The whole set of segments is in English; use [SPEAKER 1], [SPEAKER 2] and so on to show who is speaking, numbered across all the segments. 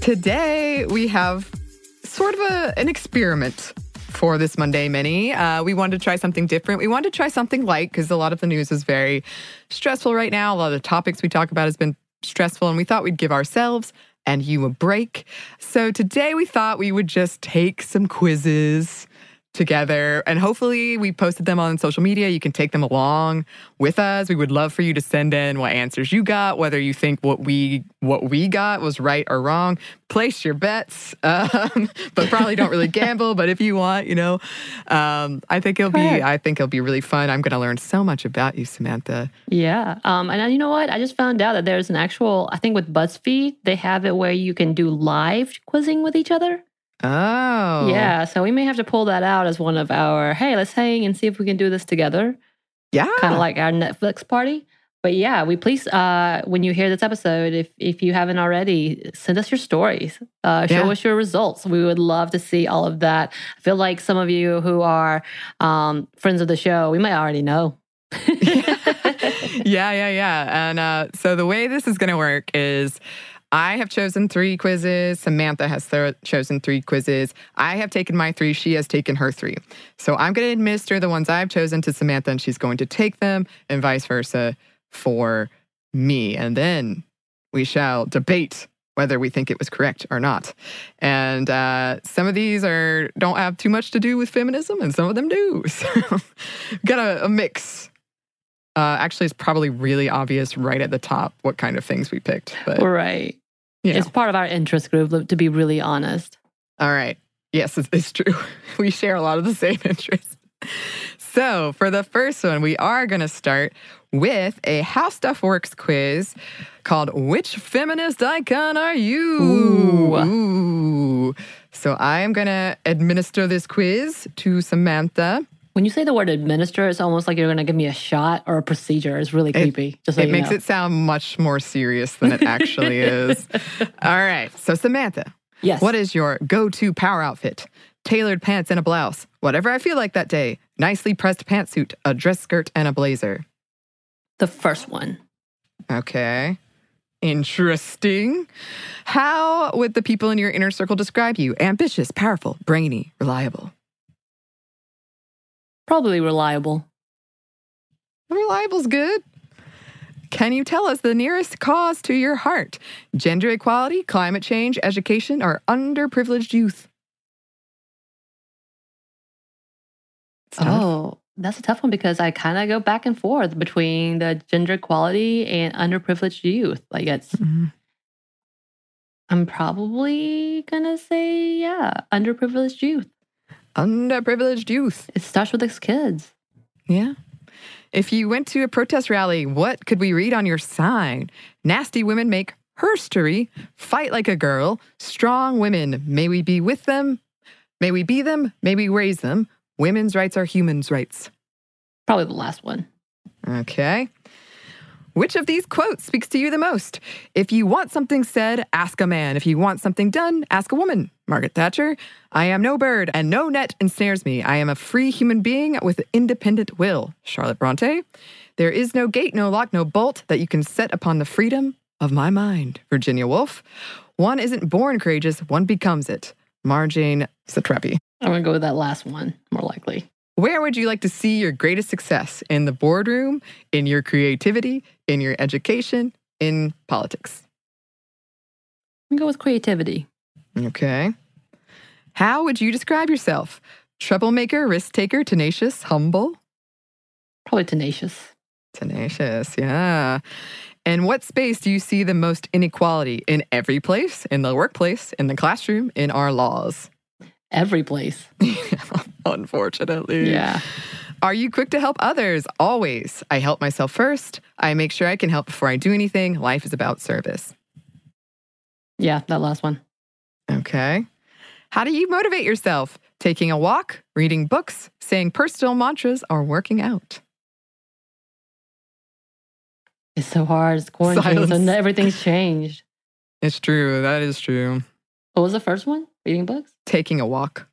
[SPEAKER 1] Today, we have sort of a, an experiment for this Monday mini. Uh, we wanted to try something different. We wanted to try something light because a lot of the news is very stressful right now. A lot of the topics we talk about has been stressful, and we thought we'd give ourselves and you a break. So today we thought we would just take some quizzes together and hopefully we posted them on social media you can take them along with us we would love for you to send in what answers you got whether you think what we what we got was right or wrong place your bets um, but probably don't really gamble but if you want you know um, i think it'll be
[SPEAKER 2] Correct.
[SPEAKER 1] i think it'll be really fun i'm going to learn so much about you samantha
[SPEAKER 2] Yeah. Um, and then, you know what? I just found out that there's an actual, I think with BuzzFeed, they have it where you can do live quizzing with each other.
[SPEAKER 1] oh
[SPEAKER 2] Yeah. So we may have to pull that out as one of our, hey, let's hang and see if we can do this together,
[SPEAKER 1] yeah
[SPEAKER 2] kind of like our Netflix party. But yeah, we please, uh, when you hear this episode, if, if you haven't already, send us your stories. Uh, show
[SPEAKER 1] Yeah.
[SPEAKER 2] us your results. We would love to see all of that. I feel like some of you who are um, friends of the show, we might already know.
[SPEAKER 1] yeah, yeah, yeah. And uh, so the way this is going to work is I have chosen three quizzes. Samantha has thro- chosen three quizzes. I have taken my three. She has taken her three. So I'm going to administer the ones I've chosen to Samantha, and she's going to take them, and vice versa for me. And then we shall debate whether we think it was correct or not. And uh, some of these are don't have too much to do with feminism, and some of them do. So got a, a mix. Uh, actually, it's probably really obvious right at the top what kind of things we picked. But
[SPEAKER 2] Right.
[SPEAKER 1] you know.
[SPEAKER 2] It's part of our interest group, to be really honest.
[SPEAKER 1] all right, yes, it's, it's true. we share a lot of the same interests. So for the first one, we are going to start with a How Stuff Works quiz called "Which feminist icon are you?"
[SPEAKER 2] Ooh.
[SPEAKER 1] Ooh. So I am going to administer this quiz to Samantha.
[SPEAKER 2] When you say the word administer, it's almost like you're going to give me a shot or a procedure. It's really creepy. just so
[SPEAKER 1] it
[SPEAKER 2] you
[SPEAKER 1] makes
[SPEAKER 2] know.
[SPEAKER 1] it sound much more serious than it actually is. All right. So, Samantha,
[SPEAKER 2] Yes.
[SPEAKER 1] what is your go to power outfit? Tailored pants and a blouse, whatever I feel like that day, nicely pressed pantsuit, a dress skirt, and a blazer.
[SPEAKER 2] the first one?
[SPEAKER 1] Okay. Interesting. How would the people in your inner circle describe you? Ambitious, powerful, brainy, reliable.
[SPEAKER 2] Probably reliable.
[SPEAKER 1] Reliable's good. Can you tell us the nearest cause to your heart? Gender equality, climate change, education, or underprivileged youth? It's tough.
[SPEAKER 2] Oh, that's a tough one because I kind of go back and forth between the gender equality and underprivileged youth. Like it's,
[SPEAKER 1] Mhm.
[SPEAKER 2] I'm probably gonna say yeah, underprivileged youth.
[SPEAKER 1] Underprivileged youth.
[SPEAKER 2] It starts with these kids.
[SPEAKER 1] Yeah. If you went to a protest rally, what could we read on your sign? Nasty women make herstory, fight like a girl, strong women, may we be with them, may we be them, may we raise them. Women's rights are humans' rights.
[SPEAKER 2] Probably the last one.
[SPEAKER 1] Okay. Which of these quotes speaks to you the most? If you want something said, ask a man. If you want something done, ask a woman. Margaret Thatcher. I am no bird, and no net ensnares me. I am a free human being with independent will. Charlotte Bronte. There is no gate, no lock, no bolt that you can set upon the freedom of my mind. Virginia Woolf. One isn't born courageous, one becomes it. Marjane Satrapi.
[SPEAKER 2] I'm going to go with that last one, more likely.
[SPEAKER 1] Where would you like to see your greatest success? In the boardroom, in your creativity, in your education, in politics?
[SPEAKER 2] I'm going to go with creativity.
[SPEAKER 1] Okay. How would you describe yourself? Troublemaker, risk taker, tenacious, humble?
[SPEAKER 2] Probably tenacious.
[SPEAKER 1] Tenacious, yeah. And what space do you see the most inequality? In every place, in the workplace, in the classroom, in our laws?
[SPEAKER 2] Every place.
[SPEAKER 1] Unfortunately.
[SPEAKER 2] Yeah.
[SPEAKER 1] Are you quick to help others? Always. I help myself first. I make sure I can help before I do anything. Life is about service.
[SPEAKER 2] Yeah, that last one.
[SPEAKER 1] Okay. How do you motivate yourself? Taking a walk, reading books, saying personal mantras, or working out.
[SPEAKER 2] It's so hard. It's quarantine.
[SPEAKER 1] Silence.
[SPEAKER 2] So n- everything's changed.
[SPEAKER 1] It's true. That is true.
[SPEAKER 2] What was the first one? Reading books?
[SPEAKER 1] Taking a walk,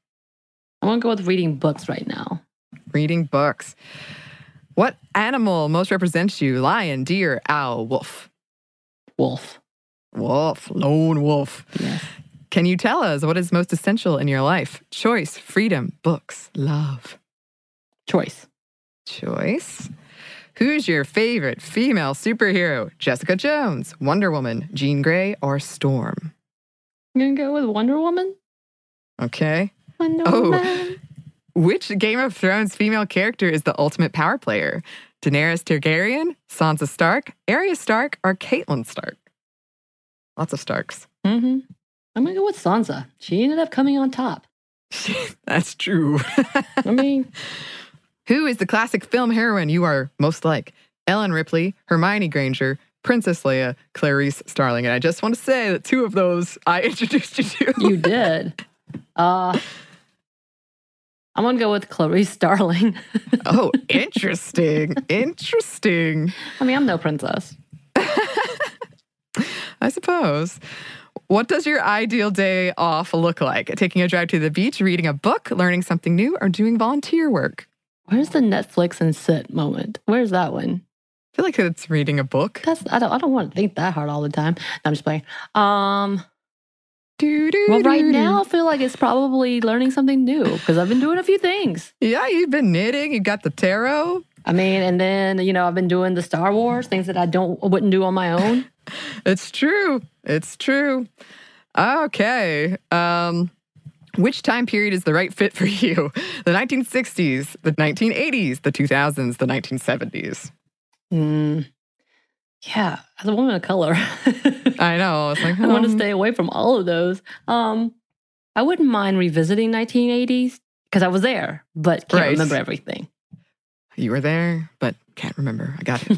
[SPEAKER 2] I'm going to go with reading books right now.
[SPEAKER 1] reading books. What animal most represents you? Lion, deer, owl, wolf.
[SPEAKER 2] Wolf.
[SPEAKER 1] Wolf, lone wolf.
[SPEAKER 2] Yes.
[SPEAKER 1] Can you tell us what is most essential in your life? Choice, freedom, books, love.
[SPEAKER 2] Choice.
[SPEAKER 1] Choice. Who's your favorite female superhero? Jessica Jones, Wonder Woman, Jean Grey, or Storm?
[SPEAKER 2] I'm going to go with Wonder Woman.
[SPEAKER 1] Okay.
[SPEAKER 2] Wonder
[SPEAKER 1] Oh.
[SPEAKER 2] Woman.
[SPEAKER 1] Which Game of Thrones female character is the ultimate power player? Daenerys Targaryen, Sansa Stark, Arya Stark, or Catelyn Stark? Lots of Starks.
[SPEAKER 2] hmm I'm going to go with Sansa. She ended up coming on top.
[SPEAKER 1] That's true.
[SPEAKER 2] I mean,
[SPEAKER 1] Who is the classic film heroine you are most like? Ellen Ripley, Hermione Granger, Princess Leia, Clarice Starling. And I just want to say that two of those I introduced you to.
[SPEAKER 2] you did. Uh, I'm going to go with Clarice Starling.
[SPEAKER 1] oh, interesting. interesting.
[SPEAKER 2] I mean, I'm no princess.
[SPEAKER 1] I suppose. What does your ideal day off look like? Taking a drive to the beach, reading a book, learning something new, or doing volunteer work?
[SPEAKER 2] Where's the Netflix and sit moment? Where's that one?
[SPEAKER 1] I feel like it's reading a book.
[SPEAKER 2] That's I don't I don't want to think that hard all the time. No, I'm just playing. Um,
[SPEAKER 1] Doo-doo-doo-doo.
[SPEAKER 2] well, right now I feel like it's probably learning something new because I've been doing a few things.
[SPEAKER 1] Yeah, you've been knitting, you got the tarot.
[SPEAKER 2] I mean, and then you know I've been doing the Star Wars things that I don't wouldn't do on my own.
[SPEAKER 1] It's true. It's true. Okay. Um, which time period is the right fit for you? The 1960s, the 1980s, the 2000s, the 1970s.
[SPEAKER 2] Hmm. Yeah, as a woman of color, I
[SPEAKER 1] I know. I was like,
[SPEAKER 2] want to
[SPEAKER 1] um,
[SPEAKER 2] stay away from all of those. Um, I wouldn't mind revisiting 1980s because I was there, but can't
[SPEAKER 1] Right.
[SPEAKER 2] remember everything.
[SPEAKER 1] You were there, but can't remember. I got it.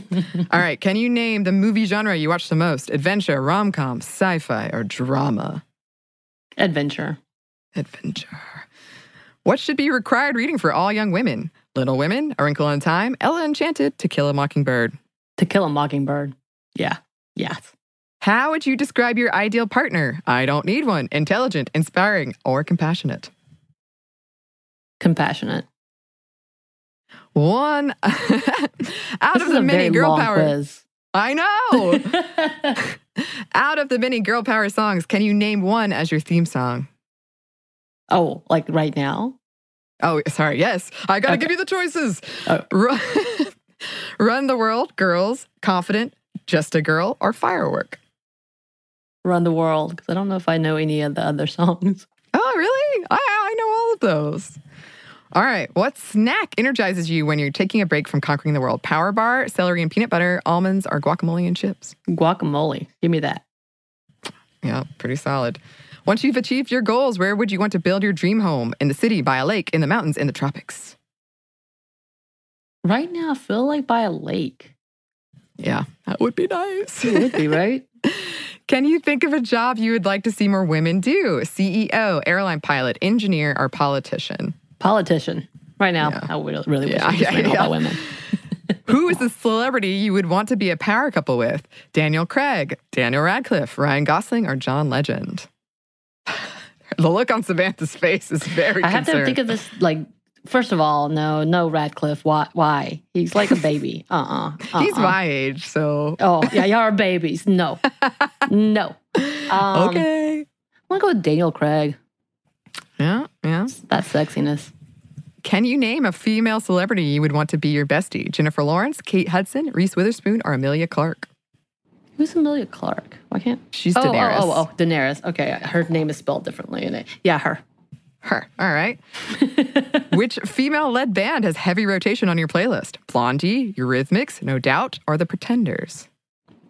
[SPEAKER 1] All right. Can you name the movie genre you watch the most? Adventure, rom com, sci fi, or drama?
[SPEAKER 2] Adventure.
[SPEAKER 1] Adventure. What should be required reading for all young women? Little Women, A Wrinkle in Time, Ella Enchanted, To Kill a Mockingbird.
[SPEAKER 2] To Kill a Mockingbird. Yeah. Yes.
[SPEAKER 1] How would you describe your ideal partner? I don't need one. Intelligent, inspiring, or compassionate.
[SPEAKER 2] Compassionate.
[SPEAKER 1] One out
[SPEAKER 2] This
[SPEAKER 1] of
[SPEAKER 2] is
[SPEAKER 1] the
[SPEAKER 2] a
[SPEAKER 1] many
[SPEAKER 2] very
[SPEAKER 1] girl
[SPEAKER 2] long
[SPEAKER 1] power. Oh.
[SPEAKER 2] quiz.
[SPEAKER 1] I know. out of the many girl power songs, can you name one as your theme song?
[SPEAKER 2] oh, like right now?
[SPEAKER 1] Oh, sorry. Yes, I gotta
[SPEAKER 2] Okay.
[SPEAKER 1] give you the choices.
[SPEAKER 2] Oh.
[SPEAKER 1] Run, Run the world, girls, confident, just a girl, or firework.
[SPEAKER 2] Run the World. Because I don't know if I know any of the other songs.
[SPEAKER 1] Oh, really? I, I know all of those. All right. What snack energizes you when you're taking a break from conquering the world? Power bar, celery and peanut butter, almonds, or guacamole and chips?
[SPEAKER 2] Guacamole. Give me that.
[SPEAKER 1] Yeah, pretty solid. Once you've achieved your goals, where would you want to build your dream home? In the city, by a lake, in the mountains, in the tropics?
[SPEAKER 2] Right now, I feel like by a lake.
[SPEAKER 1] Yeah, that would be nice.
[SPEAKER 2] It would be, right?
[SPEAKER 1] Can you think of a job you would like to see more women do? CEO, airline pilot, engineer, or politician?
[SPEAKER 2] Politician. Right now,
[SPEAKER 1] Yeah.
[SPEAKER 2] I would really wish
[SPEAKER 1] Yeah,
[SPEAKER 2] it was
[SPEAKER 1] yeah,
[SPEAKER 2] written all
[SPEAKER 1] yeah.
[SPEAKER 2] by women.
[SPEAKER 1] Who is the celebrity you would want to be a power couple with? Daniel Craig, Daniel Radcliffe, Ryan Gosling, or John Legend? the look on Samantha's face is very
[SPEAKER 2] I have to
[SPEAKER 1] concerned.
[SPEAKER 2] think of this like. First of all, no, no Radcliffe. Why? Why? He's like a baby. Uh uh
[SPEAKER 1] He's my age, so
[SPEAKER 2] Oh yeah, y'all are babies. No, no. Um,
[SPEAKER 1] okay.
[SPEAKER 2] I'm gonna go with Daniel Craig.
[SPEAKER 1] Yeah, yeah.
[SPEAKER 2] That sexiness.
[SPEAKER 1] Can you name a female celebrity you would want to be your bestie? Jennifer Lawrence, Kate Hudson, Reese Witherspoon, or Amelia Clark?
[SPEAKER 2] Who's Amelia Clark? Why can't?
[SPEAKER 1] She's
[SPEAKER 2] oh, oh,
[SPEAKER 1] Daenerys.
[SPEAKER 2] Oh, oh, Daenerys. Okay, her name is spelled differently in it. Yeah, her.
[SPEAKER 1] Her. All right. Which female led band has heavy rotation on your playlist? Blondie, Eurythmics, No Doubt, or The Pretenders?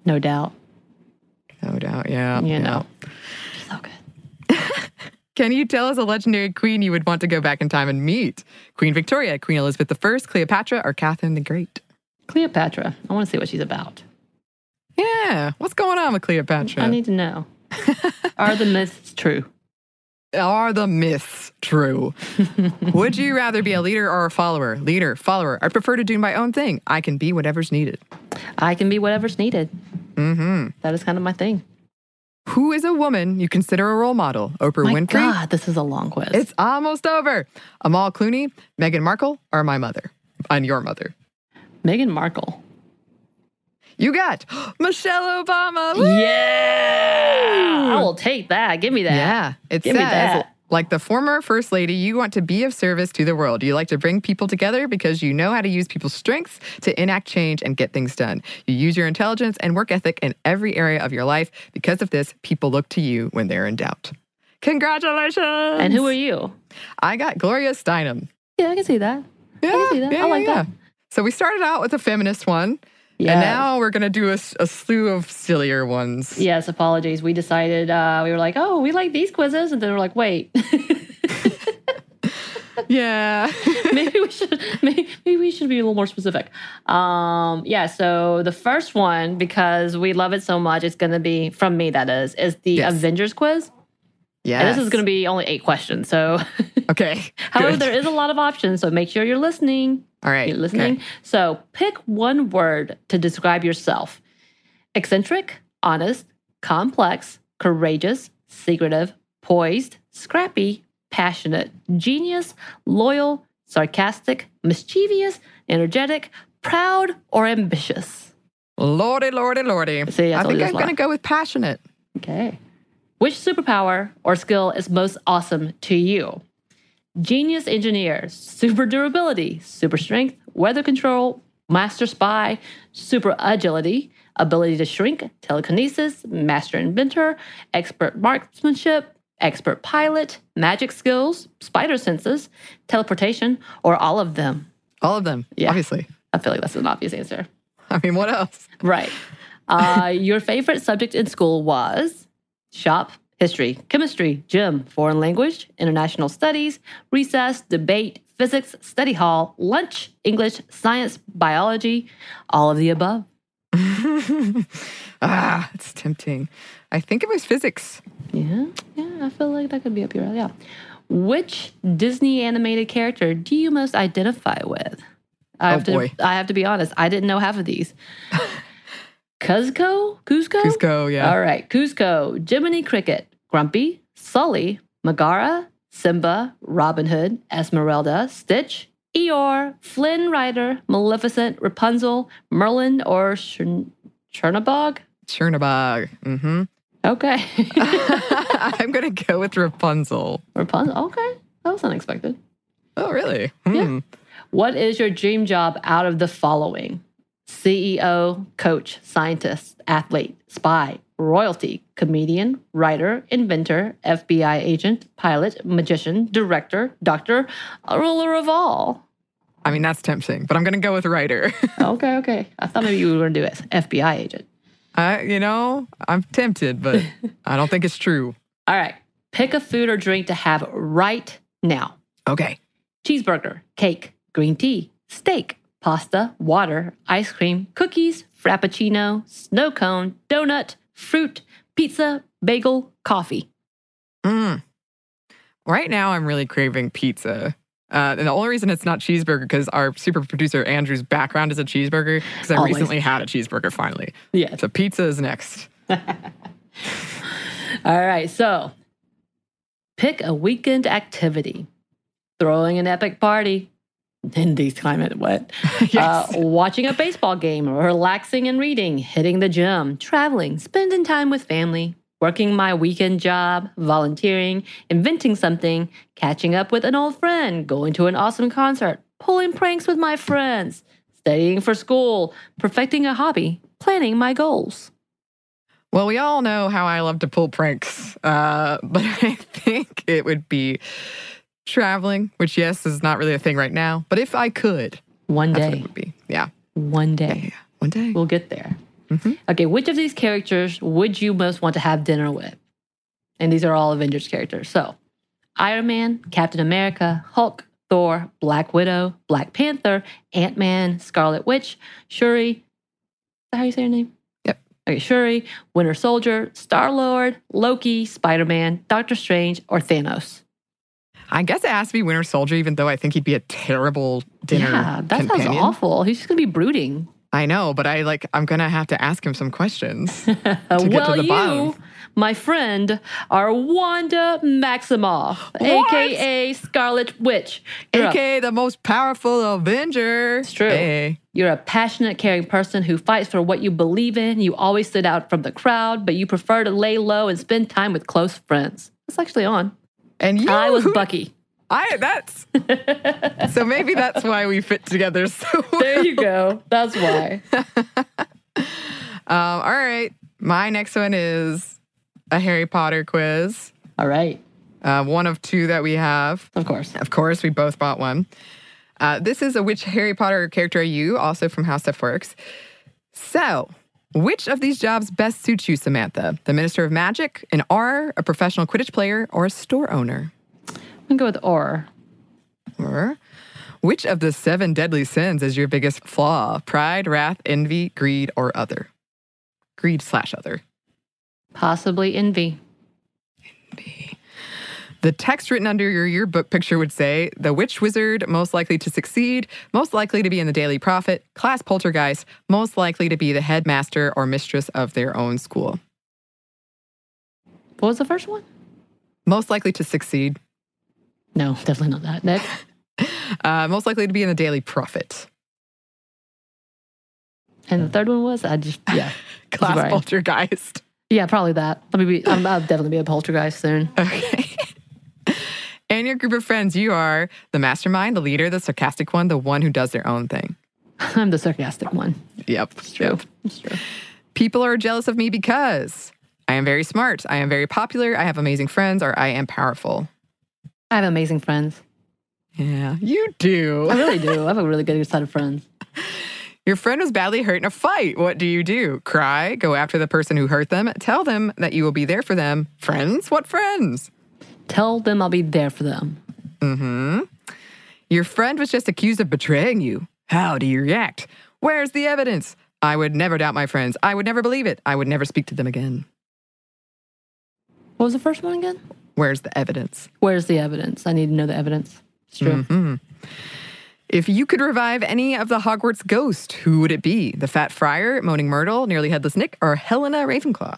[SPEAKER 2] No doubt.
[SPEAKER 1] No doubt, yeah.
[SPEAKER 2] You
[SPEAKER 1] yeah.
[SPEAKER 2] know. So good.
[SPEAKER 1] Can you tell us a legendary queen you would want to go back in time and meet? Queen Victoria, Queen Elizabeth I, Cleopatra, or Catherine the Great?
[SPEAKER 2] Cleopatra. I want to see what she's about.
[SPEAKER 1] Yeah. What's going on with Cleopatra?
[SPEAKER 2] I need to know. Are the myths true?
[SPEAKER 1] Are the myths true? would you rather be a leader or a follower? Leader, follower. I prefer to do my own thing. I can be whatever's needed.
[SPEAKER 2] I can be whatever's needed.
[SPEAKER 1] Mm-hmm.
[SPEAKER 2] That is kind of my thing.
[SPEAKER 1] Who is a woman you consider a role model? Oprah
[SPEAKER 2] my
[SPEAKER 1] Winfrey?
[SPEAKER 2] God, this is a long quiz.
[SPEAKER 1] It's almost over. Amal Clooney, Meghan Markle, or my mother? And your mother.
[SPEAKER 2] Meghan Markle.
[SPEAKER 1] You got Michelle Obama. Woo!
[SPEAKER 2] Yeah, I will take that. Give me that.
[SPEAKER 1] Yeah, it
[SPEAKER 2] Give me
[SPEAKER 1] says,
[SPEAKER 2] that.
[SPEAKER 1] like the former first lady, you want to be of service to the world. You like to bring people together because you know how to use people's strengths to enact change and get things done. You use your intelligence and work ethic in every area of your life. Because of this, people look to you when they're in doubt. Congratulations!
[SPEAKER 2] And who are you?
[SPEAKER 1] I got Gloria Steinem.
[SPEAKER 2] Yeah, I can see that.
[SPEAKER 1] Yeah,
[SPEAKER 2] can see that. I like that.
[SPEAKER 1] So we started out with a feminist one,
[SPEAKER 2] Yeah.
[SPEAKER 1] and now we're gonna do a, s- a slew of sillier ones.
[SPEAKER 2] Yes, apologies. We decided uh, we were like, oh, we like these quizzes, and then we're like, wait,
[SPEAKER 1] Yeah.
[SPEAKER 2] maybe we should maybe, maybe we should be a little more specific. Um, yeah. So the first one, because we love it so much, it's going to be from me. That is, is the
[SPEAKER 1] Yes.
[SPEAKER 2] Avengers quiz,
[SPEAKER 1] yeah.
[SPEAKER 2] and this is going to be only eight questions. So,
[SPEAKER 1] okay.
[SPEAKER 2] however,
[SPEAKER 1] good.
[SPEAKER 2] there is a lot of options. So make sure you're listening.
[SPEAKER 1] All right.
[SPEAKER 2] You're
[SPEAKER 1] okay.
[SPEAKER 2] listening. So pick one word to describe yourself eccentric, honest, complex, courageous, secretive, poised, scrappy, passionate, genius, loyal, sarcastic, mischievous, energetic, proud, or ambitious.
[SPEAKER 1] Lordy, lordy, lordy.
[SPEAKER 2] See, I
[SPEAKER 1] I
[SPEAKER 2] told you
[SPEAKER 1] think
[SPEAKER 2] this
[SPEAKER 1] I'm going to
[SPEAKER 2] lot.
[SPEAKER 1] go with passionate.
[SPEAKER 2] Okay. Which superpower or skill is most awesome to you? Genius engineer, super durability, super strength, weather control, master spy, super agility, ability to shrink, telekinesis, master inventor, expert marksmanship, expert pilot, magic skills, spider senses, teleportation, or all of them.
[SPEAKER 1] All of them,
[SPEAKER 2] Yeah.
[SPEAKER 1] obviously.
[SPEAKER 2] I feel like that's an obvious answer.
[SPEAKER 1] I mean, what else?
[SPEAKER 2] Right. Uh, your favorite subject in school was shop, history, chemistry, gym, foreign language, international studies, recess, debate, physics, study hall, lunch, English, science, biology, all of the above.
[SPEAKER 1] ah, it's tempting. I think it was physics.
[SPEAKER 2] Yeah. Yeah. I feel like that could be up your alley. Yeah. Which Disney animated character do you most identify with? I
[SPEAKER 1] Oh,
[SPEAKER 2] have to,
[SPEAKER 1] boy.
[SPEAKER 2] I have to be honest. I didn't know half of these. Cuzco? Cusco?
[SPEAKER 1] Cusco, yeah.
[SPEAKER 2] All right, Cusco, Jiminy Cricket, Grumpy, Sully, Megara, Simba, Robin Hood, Esmeralda, Stitch, Eeyore, Flynn Rider, Maleficent, Rapunzel, Merlin, or Chern- Chernabog?
[SPEAKER 1] Chernabog. Mm-hmm.
[SPEAKER 2] Okay.
[SPEAKER 1] I'm going to go with Rapunzel.
[SPEAKER 2] Rapunzel, okay. That was unexpected.
[SPEAKER 1] Oh, really? Hmm.
[SPEAKER 2] What is your dream job out of the following? CEO, coach, scientist, athlete, spy, royalty, comedian, writer, inventor, FBI agent, pilot, magician, director, doctor, a ruler of all.
[SPEAKER 1] I mean, that's tempting, but I'm going to go with writer.
[SPEAKER 2] Okay, okay. I thought maybe you were going to do it. FBI agent.
[SPEAKER 1] I, you know, I'm tempted, but I don't think it's true.
[SPEAKER 2] All right. Pick a food or drink to have right now
[SPEAKER 1] Okay.
[SPEAKER 2] cheeseburger, cake, green tea, steak, pasta, water, ice cream, cookies, frappuccino, snow cone, donut, fruit, pizza, bagel, coffee.
[SPEAKER 1] Mm. Right now, I'm really craving pizza. Uh, and the only reason it's not cheeseburger because our super producer Andrew's background is a cheeseburger because I
[SPEAKER 2] Always.
[SPEAKER 1] recently had a cheeseburger finally.
[SPEAKER 2] Yes.
[SPEAKER 1] So pizza is next.
[SPEAKER 2] All right, so pick a weekend activity. Throwing an epic party in these climate, what?
[SPEAKER 1] Yes.
[SPEAKER 2] Uh, watching a baseball game, relaxing and reading, hitting the gym, traveling, spending time with family, working my weekend job, volunteering, inventing something, catching up with an old friend, going to an awesome concert, pulling pranks with my friends, studying for school, perfecting a hobby, planning my goals.
[SPEAKER 1] Well, we all know how I love to pull pranks, uh, but I think it would be traveling, which, yes, is not really a thing right now. But if I could,
[SPEAKER 2] One
[SPEAKER 1] that's what
[SPEAKER 2] day,
[SPEAKER 1] it would be. Yeah.
[SPEAKER 2] one day.
[SPEAKER 1] Yeah. One day.
[SPEAKER 2] We'll get there.
[SPEAKER 1] Mm-hmm.
[SPEAKER 2] Okay, which of these characters would you most want to have dinner with? And these are all Avengers characters. So, Iron Man, Captain America, Hulk, Thor, Black Widow, Black Panther, Ant Man, Scarlet Witch, Shuri. Is that how you say her name?
[SPEAKER 1] Yep.
[SPEAKER 2] Okay, Shuri, Winter Soldier, Star Lord, Loki, Spider Man, Doctor Strange, or Thanos.
[SPEAKER 1] I guess it has to be Winter Soldier, even though I think he'd be a terrible dinner
[SPEAKER 2] yeah, that
[SPEAKER 1] companion.
[SPEAKER 2] sounds awful. He's just gonna be brooding.
[SPEAKER 1] I know, but I like. I'm gonna have to ask him some questions. to
[SPEAKER 2] Uh, well,
[SPEAKER 1] the
[SPEAKER 2] you,
[SPEAKER 1] bottom.
[SPEAKER 2] my friend, are Wanda Maximoff, aka Scarlet Witch. You're, a,
[SPEAKER 1] AKA the most powerful Avenger. It's
[SPEAKER 2] true.
[SPEAKER 1] Hey.
[SPEAKER 2] you're a passionate, caring person who fights for what you believe in. You always stood out from the crowd, but you prefer to lay low and spend time with close friends. That's actually on.
[SPEAKER 1] And you,
[SPEAKER 2] I was Bucky.
[SPEAKER 1] I that's. so maybe that's why we fit together so. well.
[SPEAKER 2] There you go. That's why.
[SPEAKER 1] Um, all right, my next one is a Harry Potter quiz.
[SPEAKER 2] All right.
[SPEAKER 1] Uh, one of two that we have.
[SPEAKER 2] Of course.
[SPEAKER 1] Of course, we both bought one. Uh, this is a which Harry Potter character are you? Also from How Stuff Works. So, which of these jobs best suits you, Samantha? The Minister of Magic, an R, a professional Quidditch player, or a store owner?
[SPEAKER 2] I'm going to go with or.
[SPEAKER 1] Or which of the seven deadly sins is your biggest flaw? Pride, wrath, envy, greed, or other? Greed slash other.
[SPEAKER 2] Possibly envy.
[SPEAKER 1] The text written under your yearbook picture would say the witch wizard, most likely to succeed, most likely to be in the daily prophet, class poltergeist, most likely to be the headmaster or mistress of their own school.
[SPEAKER 2] What was the first one?
[SPEAKER 1] Most likely to succeed,
[SPEAKER 2] No, definitely not that. Next.
[SPEAKER 1] uh, most likely to be in the daily prophet,
[SPEAKER 2] And the third one was I just, yeah.
[SPEAKER 1] class
[SPEAKER 2] Right.
[SPEAKER 1] poltergeist.
[SPEAKER 2] Yeah, probably that. Let me be. I'm, I'll definitely be a poltergeist soon.
[SPEAKER 1] Okay. and your group of friends, you are the mastermind, the leader, the sarcastic one, the one who does their own thing.
[SPEAKER 2] I'm the sarcastic one.
[SPEAKER 1] Yep. Yep.
[SPEAKER 2] It's true.
[SPEAKER 1] People are jealous of me because I am very smart, I am very popular, I have amazing friends, or I am powerful.
[SPEAKER 2] I have amazing friends.
[SPEAKER 1] Yeah, you do.
[SPEAKER 2] I really do. I have a really good set of friends.
[SPEAKER 1] Your friend was badly hurt in a fight. What do you do? Cry, go after the person who hurt them, tell them that you will be there for them. Friends? What friends?
[SPEAKER 2] Tell them I'll be there for them.
[SPEAKER 1] Mm-hmm. Your friend was just accused of betraying you. How do you react? Where's the evidence? I would never doubt my friends. I would never believe it. I would never speak to them again.
[SPEAKER 2] What was the first one again?
[SPEAKER 1] Where's the evidence? Mm-hmm.
[SPEAKER 2] Where's the evidence? I need to know the evidence. It's true.
[SPEAKER 1] If you could revive any of the Hogwarts ghosts, who would it be? The Fat Friar, Moaning Myrtle, Nearly Headless Nick, or Helena Ravenclaw?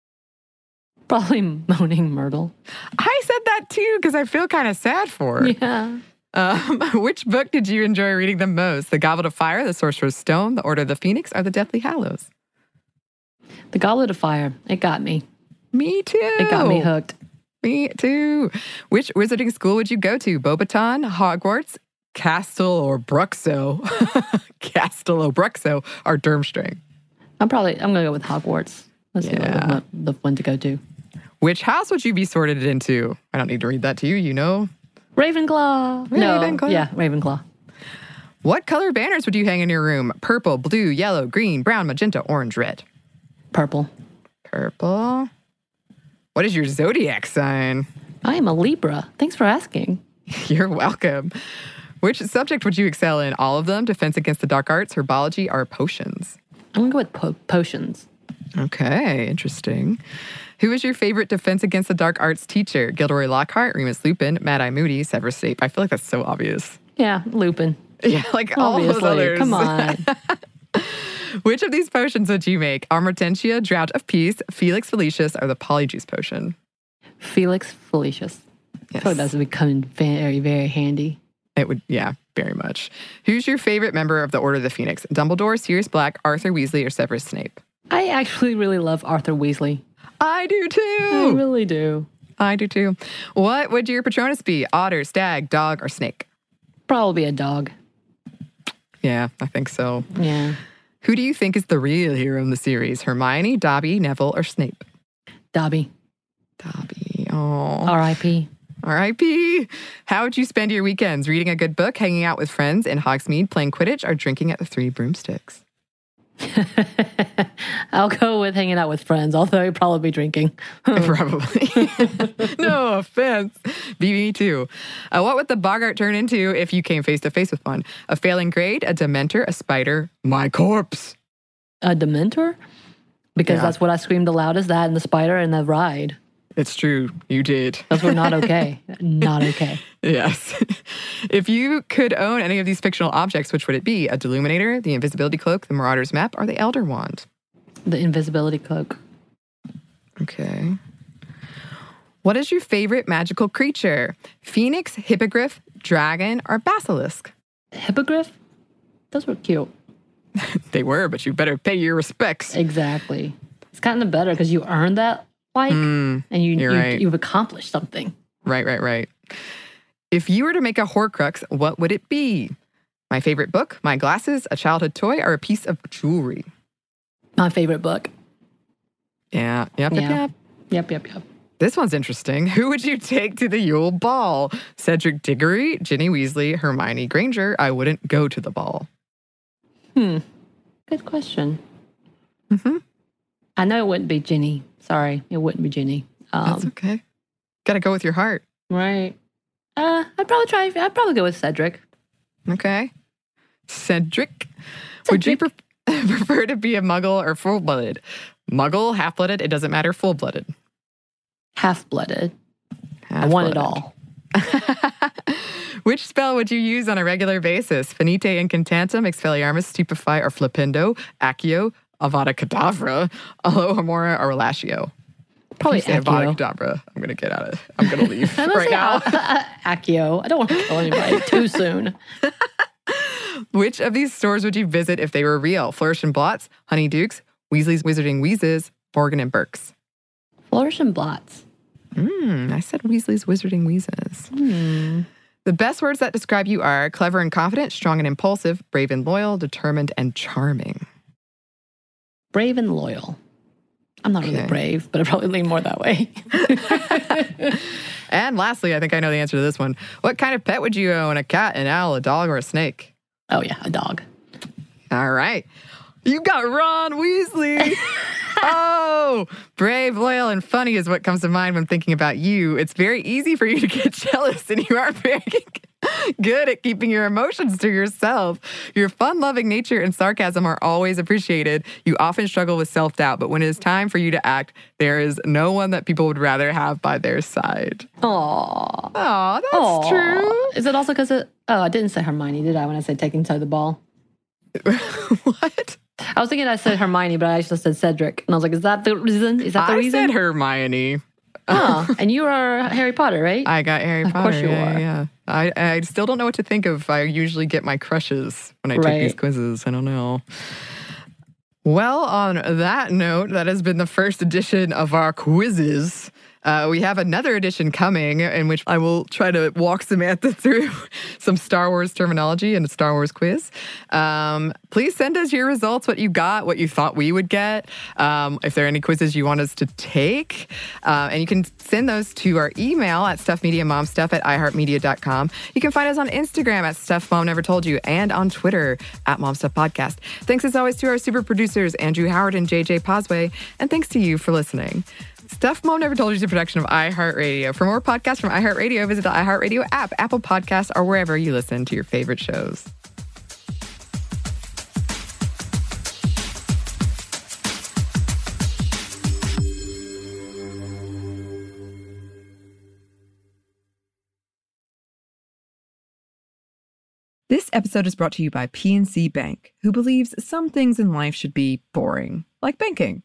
[SPEAKER 2] Probably moaning Myrtle.
[SPEAKER 1] I said that too because I feel kind of sad for her.
[SPEAKER 2] Yeah.
[SPEAKER 1] Um, which book did you enjoy reading the most? The Goblet of Fire, The Sorcerer's Stone, The Order of the Phoenix, or The Deathly Hallows?
[SPEAKER 2] The Goblet of Fire. It got me.
[SPEAKER 1] Me too.
[SPEAKER 2] It got me hooked.
[SPEAKER 1] Me too. Which wizarding school would you go to? Bobaton, Hogwarts, Castle or Bruxo? Castle or Bruxo or Durmstrang?
[SPEAKER 2] I'm probably. I'm gonna go with Hogwarts. That's yeah. the, the one to go to.
[SPEAKER 1] Which house would you be sorted into? I don't need to read that to you, you know.
[SPEAKER 2] Ravenclaw. No.
[SPEAKER 1] Ravenclaw.
[SPEAKER 2] Yeah, Ravenclaw.
[SPEAKER 1] What color banners would you hang in your room? Purple, blue, yellow, green, brown, magenta, orange, red.
[SPEAKER 2] Purple.
[SPEAKER 1] Purple. What is your zodiac sign?
[SPEAKER 2] I am a Libra. Thanks for asking.
[SPEAKER 1] You're welcome. Which subject would you excel in? All of them defense against the dark arts, herbology, or potions?
[SPEAKER 2] I'm gonna go with po- potions.
[SPEAKER 1] Okay, interesting. Who is your favorite defense against the dark arts teacher? Gilderoy Lockhart, Remus Lupin, Mad Eye Moody, Severus Snape. I feel like that's so obvious.
[SPEAKER 2] Yeah, Lupin.
[SPEAKER 1] Yeah, like all those
[SPEAKER 2] Obviously.
[SPEAKER 1] others.
[SPEAKER 2] Come on.
[SPEAKER 1] Which of these potions would you make? Armortentia, Drought of Peace, Felix Felicius, or the Polyjuice potion?
[SPEAKER 2] Felix Felicius.
[SPEAKER 1] Yes.
[SPEAKER 2] So that's becoming very, very handy.
[SPEAKER 1] It would, yeah, very much. Who's your favorite member of the Order of the Phoenix? Dumbledore, Sirius Black, Arthur Weasley, or Severus Snape?
[SPEAKER 2] I actually really love Arthur Weasley.
[SPEAKER 1] I do
[SPEAKER 2] I
[SPEAKER 1] too.
[SPEAKER 2] really do.
[SPEAKER 1] I do too. What would your Patronus be? Otter, stag, dog, or snake?
[SPEAKER 2] Probably a dog.
[SPEAKER 1] Yeah, I think so.
[SPEAKER 2] Yeah.
[SPEAKER 1] Who do you think is the real hero in the series? Hermione, Dobby, Neville, or Snape?
[SPEAKER 2] Dobby.
[SPEAKER 1] Dobby. Oh,
[SPEAKER 2] R.I.P.
[SPEAKER 1] R.I.P. How would you spend your weekends? Reading a good book, hanging out with friends in Hogsmeade, playing Quidditch, or drinking at the Three Broomsticks?
[SPEAKER 2] I'll go with hanging out with friends, although he'll probably be drinking.
[SPEAKER 1] Probably. no offense. BB too. Uh, what would the Bogart turn into if you came face to face with one? A failing grade, a Dementor, a spider, my corpse.
[SPEAKER 2] a Dementor? Because
[SPEAKER 1] Yeah.
[SPEAKER 2] that's what I screamed the loudest that and the spider and the ride.
[SPEAKER 1] It's true. You did.
[SPEAKER 2] Those were not okay. not okay.
[SPEAKER 1] Yes. if you could own any of these fictional objects, which would it be? A deluminator, the invisibility cloak, the marauder's map, or the elder wand?
[SPEAKER 2] The invisibility cloak.
[SPEAKER 1] Okay. What is your favorite magical creature? Phoenix, hippogriff, dragon, or basilisk?
[SPEAKER 2] Hippogriff? Those were cute.
[SPEAKER 1] They were, but you better pay your respects.
[SPEAKER 2] Exactly. It's kind of better because you earned that like
[SPEAKER 1] Hmm.
[SPEAKER 2] and you, you
[SPEAKER 1] Mm, you're right.
[SPEAKER 2] you've accomplished something.
[SPEAKER 1] Right, right, right. If you were to make a Horcrux, what would it be? My favorite book, my glasses, a childhood toy, or a piece of jewelry?
[SPEAKER 2] My favorite book.
[SPEAKER 1] Yeah, yep, yep,
[SPEAKER 2] Yeah.
[SPEAKER 1] yep.
[SPEAKER 2] Yep, yep, yep.
[SPEAKER 1] This one's interesting. Who would you take to the Yule Ball? Cedric Diggory, Ginny Weasley, Hermione Granger. I wouldn't go to the ball.
[SPEAKER 2] Hmm. Good question.
[SPEAKER 1] Mhm.
[SPEAKER 2] I know it wouldn't be Ginny. Sorry, it wouldn't be Ginny.
[SPEAKER 1] That's
[SPEAKER 2] Um,
[SPEAKER 1] okay. Got to go with your heart.
[SPEAKER 2] right. Uh, I'd probably try. I'd probably go with Cedric.
[SPEAKER 1] Okay. Cedric. Would you pre- prefer to be a muggle or full blooded? Muggle, half blooded, it doesn't matter, full blooded.
[SPEAKER 2] Half blooded. I want it all.
[SPEAKER 1] Which spell would you use on a regular basis? Finite Incantatum, Expelliarmus, Stupefy, or Flipendo, Accio, Avada Kedavra, Alohomora, or Relatio?
[SPEAKER 2] Probably
[SPEAKER 1] You say Avada
[SPEAKER 2] Accio.
[SPEAKER 1] Kedavra. I'm gonna get out of. I'm gonna leave
[SPEAKER 2] I'm gonna
[SPEAKER 1] right
[SPEAKER 2] say uh,
[SPEAKER 1] now.
[SPEAKER 2] Accio. I don't want to kill anybody too soon.
[SPEAKER 1] Which of these stores would you visit if they were real? Flourish and Blots, Honey Dukes, Weasley's Wizarding Wheezes, Morgan and Burks.
[SPEAKER 2] Flourish and blots.
[SPEAKER 1] Hmm, I said Weasley's Wizarding Wheezes.
[SPEAKER 2] Hmm.
[SPEAKER 1] The best words that describe you are clever and confident, strong and impulsive, brave and loyal, determined and charming.
[SPEAKER 2] Brave and loyal. I'm not
[SPEAKER 1] Okay.
[SPEAKER 2] really brave, but I probably lean more that way.
[SPEAKER 1] And lastly, I think I know the answer to this one. What kind of pet would you own? A cat, an owl, a dog, or a snake?
[SPEAKER 2] oh yeah, a dog.
[SPEAKER 1] All right. You got Ron Weasley. oh, brave, loyal, and funny is what comes to mind when thinking about you. It's very easy for you to get jealous, and you are very good at keeping your emotions to yourself. Your fun loving nature and sarcasm are always appreciated. You often struggle with self doubt, but when it is time for you to act, there is no one that people would rather have by their side.
[SPEAKER 2] Aww.
[SPEAKER 1] Oh, that's
[SPEAKER 2] Aw.
[SPEAKER 1] true.
[SPEAKER 2] Is it also because of? Oh, I didn't say Hermione, did I? When I said taking toe the ball,
[SPEAKER 1] what?
[SPEAKER 2] I was thinking I said Hermione, but I just said Cedric, and I was like, "Is that the reason? Is that the
[SPEAKER 1] I
[SPEAKER 2] reason?"
[SPEAKER 1] said Hermione.
[SPEAKER 2] Huh. and you are Harry Potter, right?
[SPEAKER 1] I got Harry
[SPEAKER 2] Of
[SPEAKER 1] Potter.
[SPEAKER 2] course you
[SPEAKER 1] yeah,
[SPEAKER 2] are.
[SPEAKER 1] Yeah. I, I still don't know what to think of. I usually get my crushes when I take these
[SPEAKER 2] Right.
[SPEAKER 1] quizzes. I don't know. Well, on that note, that has been the first edition of our quizzes. Uh, we have another edition coming in which I will try to walk Samantha through some Star Wars terminology and a Star Wars quiz. Um, please send us your results, what you got, what you thought we would get, um, if there are any quizzes you want us to take. Uh, and you can send those to our email at stuffmediamomstuff at iheartmedia.com. You can find us on Instagram at Stuff Mom Never Told You and on Twitter at Mom Stuff Podcast. Thanks as always to our super producers, Andrew Howard and JJ Posway. And thanks to you for listening. Stuff Mom Never Told You is a production of iHeartRadio. For more podcasts from iHeartRadio, visit the iHeartRadio app, Apple Podcasts, or wherever you listen to your favorite shows. This episode is brought to you by PNC Bank, who believes some things in life should be boring, like banking.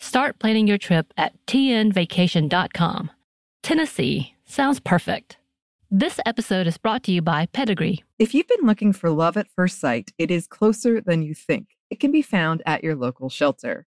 [SPEAKER 2] Start planning your trip at tnvacation.com. Tennessee sounds perfect. This episode is brought to you by Pedigree.
[SPEAKER 1] If you've been looking for love at first sight, it is closer than you think. It can be found at your local shelter.